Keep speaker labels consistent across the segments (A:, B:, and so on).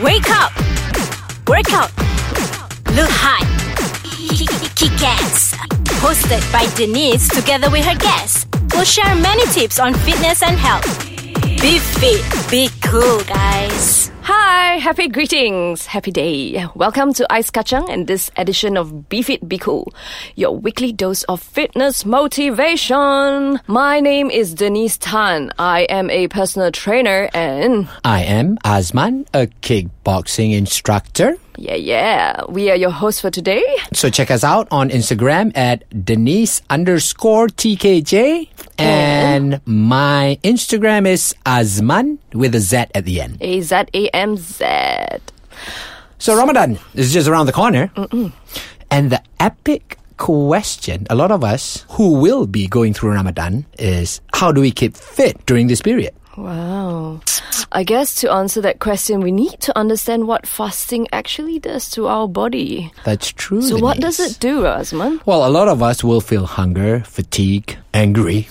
A: Wake up! Work out! Look high! Kick ass! Hosted by Denise together with her guests. We'll share many tips on fitness and health. Be fit, be cool, guys.
B: Hi, happy greetings, happy day. Welcome to Ice Kacang and this edition of Be Fit Be Cool, your weekly dose of fitness motivation. My name is Denise Tan. I am a personal trainer and
C: I am Azman, a kickboxing instructor.
B: yeah, yeah, we are your hosts for today.
C: So check us out on Instagram at Denise underscore TKJ. And my Instagram is Azman with a Z at the end.
B: A Z A M Z.
C: So Ramadan is just around the corner. And the epic question a lot of us who will be going through Ramadan is how do we keep fit during this period?
B: Wow. I guess to answer that question, we need to understand what fasting actually does to our body.
C: That's true.
B: So, what
C: Denise.
B: does it do, Asman?
C: Well, a lot of us will feel hunger, fatigue, angry,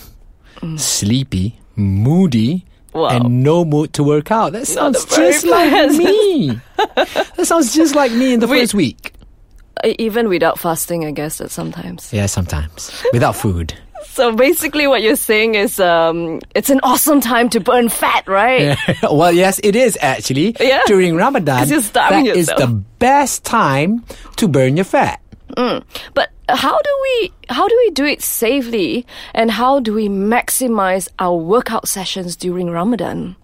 C: sleepy, moody,
B: Mm. Wow.
C: and no mood to work out. That sounds
B: a very
C: just like me. that sounds just like me in the first week.
B: Uh, Even without fasting, I guess that sometimes.
C: Yeah, sometimes without food.
B: So basically, what you're saying is, um, it's an awesome time to burn fat, right?
C: well, yes, it is actually
B: Yeah.
C: during Ramadan.
B: 'Cause you're starving
C: that is
B: yourself.
C: the best time to burn your fat.
B: But how do we how do we do it safely, and how do we maximize our workout sessions during Ramadan?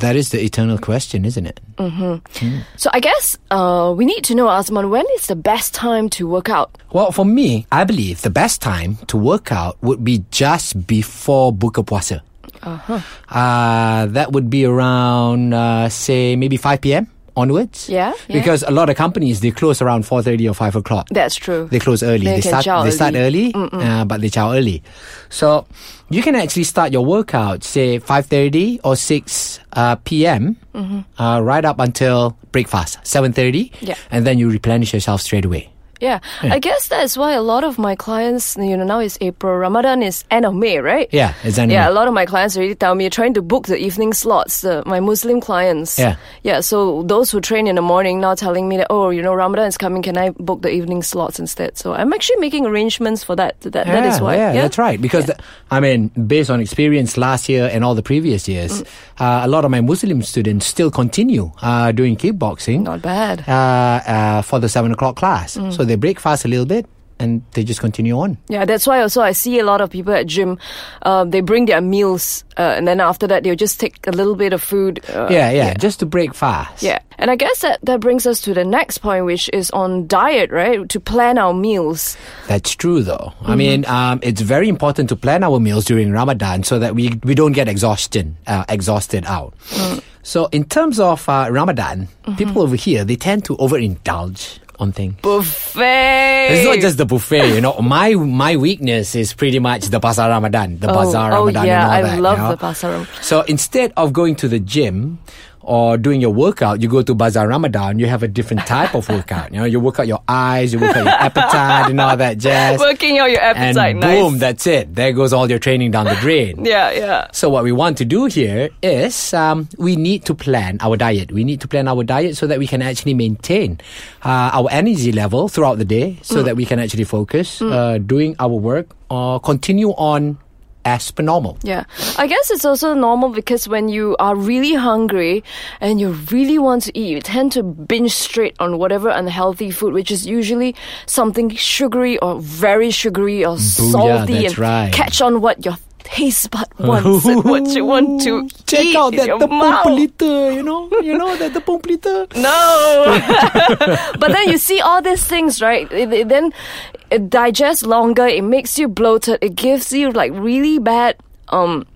C: That is the eternal question, isn't it?
B: So I guess uh, we need to know, Asman, when is the best time to work out?
C: Well, for me, I believe the best time to work out would be just before Buka Puasa. Uh-huh. that would be around, uh, say, maybe 5 p.m. onwards.
B: Yeah, yeah.
C: Because a lot of companies, they close around 4.30 or 5 o'clock.
B: That's true.
C: They close early.
B: They
C: They,
B: can
C: start.
B: chow
C: They start early, uh, but they chow early. So you can actually start your workout, say five thirty or six uh, p.m. Uh, right up until breakfast, seven thirty,
B: Mm-hmm. Yeah.
C: and then you replenish yourself straight away.
B: Yeah. I guess that's why a lot of my clients, you know, now it's April, Ramadan is end of May, right?
C: Yeah, it's end of
B: Yeah,
C: May.
B: a lot of my clients already tell me trying to book the evening slots, the, my Muslim clients.
C: Yeah.
B: Yeah, so those who train in the morning now telling me that, oh, you know, Ramadan is coming, can I book the evening slots instead? So I'm actually making arrangements for that. That, that is why.
C: Yeah, that's right. Because th- I mean, based on experience last year and all the previous
B: Mm.
C: years, uh, a lot of my Muslim students still continue uh, doing kickboxing.
B: Not bad. Mm.
C: Uh, uh, for the seven o'clock class, so they break fast a little bit and they just continue on.
B: Yeah, that's why also I see a lot of people at gym. Uh, they bring their meals, uh, and then after that they'll just take a little bit of food. Uh,
C: yeah, yeah, just to break fast.
B: Yeah. And I guess that, that brings us to the next point, which is on diet, right? To plan our meals.
C: That's true, though.
B: Mm-hmm.
C: I mean, um, it's very important to plan our meals during Ramadan so that we, we don't get exhaustion, uh, exhausted out.
B: Mm.
C: So, in terms of uh, Ramadan,
B: Mm-hmm.
C: people over here, they tend to overindulge on things.
B: Buffet!
C: It's not just the buffet, you know. My my weakness is pretty much the bazaar Ramadan, the bazaar
B: oh,
C: Ramadan,
B: yeah,
C: and all
B: I
C: that. you
B: love
C: know.
B: the bazaar Ram-
C: So instead of going to the gym or doing your workout, you go to bazaar Ramadan. You have a different type of workout. You know, you work out your eyes, you work out your appetite, and all that jazz.
B: working out your
C: and
B: appetite.
C: boom,
B: nice.
C: that's it. There goes all your training down the drain.
B: yeah, yeah.
C: So what we want to do here is um, we need to plan our diet. We need to plan our diet so that we can actually maintain uh, our energy level throughout the day,
B: Mm.
C: so that we can actually focus uh, doing our work or continue on as per normal.
B: Yeah. I guess it's also normal because when you are really hungry and you really want to eat, you tend to binge straight on whatever unhealthy food, which is usually something sugary or very sugary or salty
C: that's
B: and
C: right.
B: catch on what your taste bud wants and what you want to
C: Check
B: eat
C: out
B: in
C: that
B: your
C: tepung
B: mouth.
C: pelita, you know, you know that tepung pelita.
B: No. but then you see all these things, right? It, it then it digests longer. It makes you bloated. It gives you like really bad, um,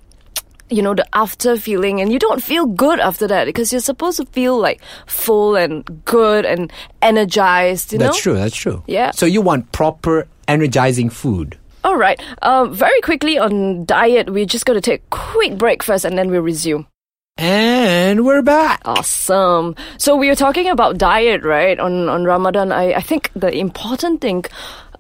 B: you know, the after feeling, and you don't feel good after that because you're supposed to feel like full and good and energized. You
C: That's
B: know.
C: true. That's true.
B: Yeah.
C: So you want proper energizing food.
B: All right. Um, very quickly on diet, we're just going to take a quick break first, and then we'll resume.
C: And we're back.
B: Oh. Awesome. So we were talking about diet, right? On on Ramadan, I, I think the important thing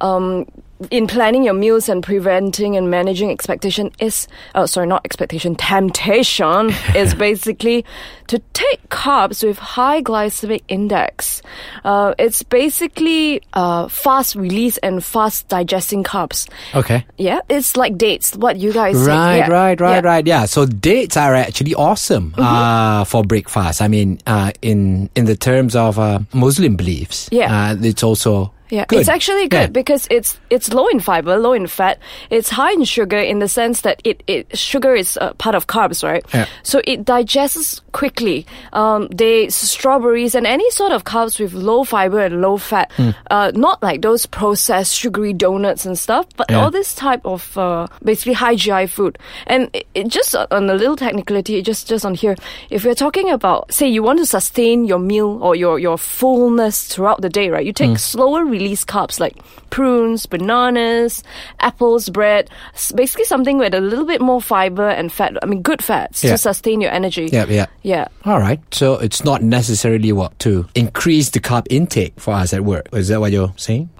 B: um, in planning your meals and preventing and managing expectation is oh sorry not expectation temptation is basically to take carbs with high glycemic index uh, it's basically uh, fast release and fast digesting carbs
C: Okay.
B: yeah it's like dates what you guys said.
C: Right,
B: Yeah.
C: right, right,
B: Yeah. Mm-hmm.
C: right. Yeah. So dates are actually awesome uh, for breakfast. I mean, uh, in in the terms of uh, Muslim beliefs,
B: Yeah.
C: uh, it's also
B: Yeah,
C: good.
B: it's actually
C: Yeah.
B: good because it's it's low in fiber, low in fat. It's high in sugar in the sense that it, it sugar is uh, part of carbs, right?
C: Yeah.
B: So it digests quickly. Um, they strawberries and any sort of carbs with low fiber and low fat,
C: Hmm.
B: uh, not like those processed sugary donuts and stuff, but
C: Yeah.
B: all this type of uh, basically high GI food. And it, it just uh, on a little technicality, just just on here, if we're talking about say you want to sustain your meal or your your fullness throughout the day, right? You
C: Mm.
B: take slower release carbs like prunes, bananas, apples, bread, s- basically something with a little bit more fiber and fat. I mean, good fats to
C: Yeah.
B: sustain your energy.
C: Yeah, yeah.
B: Yeah.
C: All right. So it's not necessarily what to increase the carb intake for us at work. Is that what you're saying?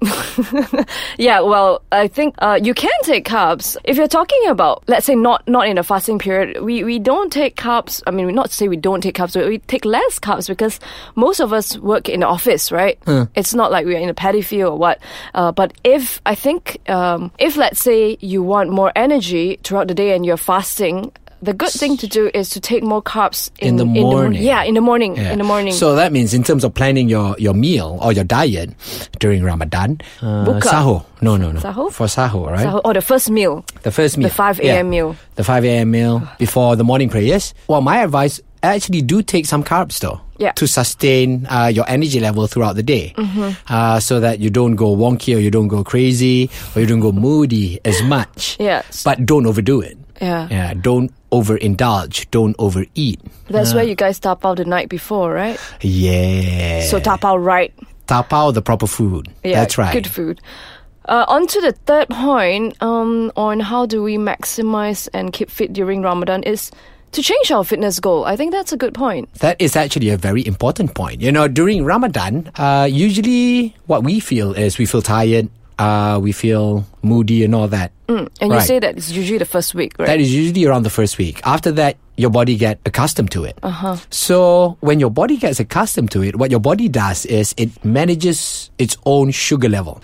B: Yeah, well, I think uh, you can take carbs if you're talking about, let's say, not not in a fasting period. We we don't take carbs. I mean, we not say we don't take carbs, but we take less carbs because most of us work in the office, right? It's not like we're in a paddy field or what. Uh, but if I think um, if let's say you want more energy throughout the day and you're fasting. The good thing to do is to take more carbs in,
C: In the
B: mor-
C: morning.
B: yeah, in the morning.
C: Yeah.
B: In the morning.
C: So that means in terms of planning your, your meal or your diet during Ramadan, uh,
B: Buka.
C: sahur. No, no, no.
B: Sahur?
C: For sahur, right?
B: So- or the first meal.
C: The first meal.
B: 5
C: Yeah.
B: a.m. meal.
C: The 5 a.m. meal before the morning prayers. Well, my advice actually do take some carbs though.
B: Yeah. Mm-hmm.
C: To sustain uh, your energy level throughout the day. Uh, so that you don't go wonky or you don't go crazy or you don't go moody as much.
B: Yes.
C: But don't overdo it.
B: Yeah.
C: Yeah. Don't overindulge. Don't overeat.
B: That's where you guys tap out the night before, right?
C: Yeah.
B: So tap out right.
C: tapao the proper food.
B: Yeah,
C: That's right.
B: Good food. Uh, on to the third point um, on how do we maximize and keep fit during Ramadan is to change our fitness goal. I think that's a good point.
C: That is actually a very important point. You know, during Ramadan, uh, usually what we feel is we feel tired, uh, we feel moody and all that.
B: And you
C: Right.
B: say that it's usually the first week, right?
C: That is usually around the first week. After that, your body get accustomed to it. So when your body gets accustomed to it, what your body does is it manages its own sugar level.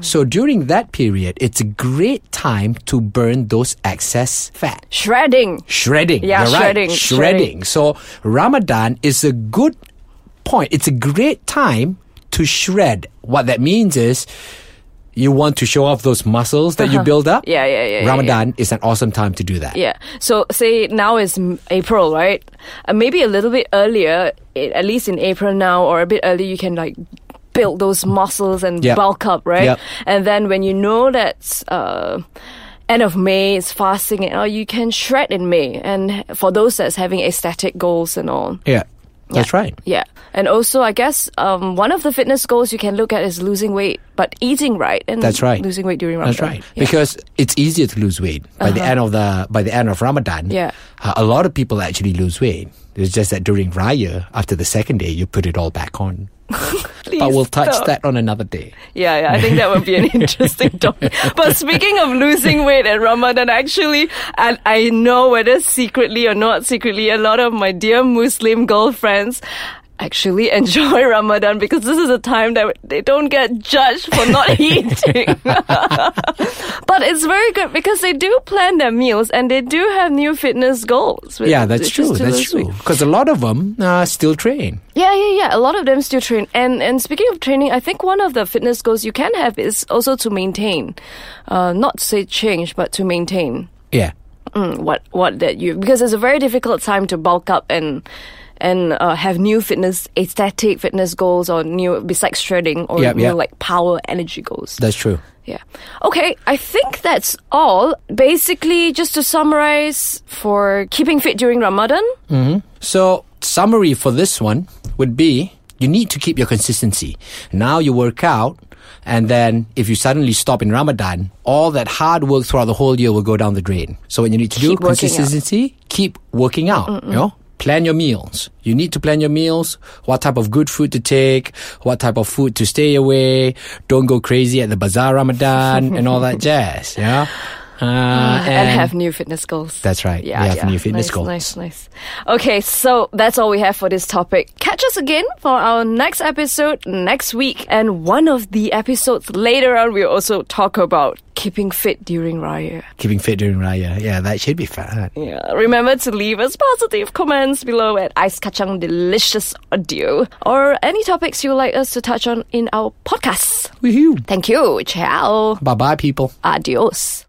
C: So during that period, it's a great time to burn those excess fat.
B: Shredding.
C: Shredding.
B: Yeah,
C: You're right.
B: shredding,
C: Shredding. So Ramadan is a good point. It's a great time to shred. What that means is you want to show off those muscles that you build up.
B: Uh-huh. Yeah, yeah, yeah, yeah,
C: Ramadan is an awesome time to do that.
B: Yeah. So say now is m- April, right? Uh, maybe a little bit earlier, i at least in April now or a bit earlier, you can like build those muscles and
C: Yep.
B: bulk up, right?
C: Yep.
B: And then when you know that's uh, end of May is fasting and all, you can shred in May. And for those that's having aesthetic goals and all.
C: Yeah. That's right.
B: Yeah. And also, I guess um, one of the fitness goals you can look at is losing weight, but eating right and
C: That's right.
B: losing weight during Ramadan.
C: That's right.
B: Yeah. Uh-huh.
C: Because it's easier to lose weight by the end of the by the end of Ramadan.
B: Yeah.
C: uh, a lot of people actually lose weight. It's just that during Raya, after the second day, you put it all back on. but we'll touch
B: stop.
C: that on another day.
B: Yeah, yeah, I think that would be an interesting topic. But speaking of losing weight at Ramadan, actually, and I know whether secretly or not secretly, a lot of my dear Muslim girlfriends actually enjoy Ramadan because this is a time that they don't get judged for not eating. but it's very good because they do plan their meals and they do have new fitness goals. with-
C: Yeah, that's
B: just
C: true.
B: to
C: That's
B: lose
C: true.
B: weight.
C: Because a lot of them uh, still train.
B: Yeah, yeah, yeah. A lot of them still train. And and speaking of training, I think one of the fitness goals you can have is also to maintain, uh, not to say change, but to maintain
C: Yeah.
B: mm, what what that you because it's a very difficult time to bulk up and and uh, have new fitness aesthetic fitness goals or new besides shredding or
C: Yep,
B: new
C: yep.
B: like power energy goals.
C: That's true.
B: Yeah. Okay, I think that's all. Basically, just to summarize for keeping fit during Ramadan.
C: So, summary for this one would be you need to keep your consistency. Now you work out, and then if you suddenly stop in Ramadan, all that hard work throughout the whole year will go down the drain. So, what you need to
B: Keep
C: do,
B: working out.
C: consistency, keep working out. You know, Plan your meals. You need to plan your meals. What type of good food to take? What type of food to stay away? Don't go crazy at the bazaar Ramadan and all that jazz. Yeah. Uh,
B: Ah, and, have new fitness goals.
C: That's right.
B: Yeah,
C: we have
B: yeah.
C: new
B: nice,
C: fitness goals.
B: Nice, nice. Okay, so that's all we have for this topic. Catch us again for our next episode next week, and one of the episodes later on, we'll also talk about keeping fit during Raya.
C: Keeping fit during Raya. Yeah, that should be fun.
B: Yeah, remember to leave us positive comments below at Ice Kacang Delicious Audio or any topics you would like us to touch on in our podcast.
C: Woohoo.
B: Thank you. Ciao.
C: Bye bye, people.
B: Adios.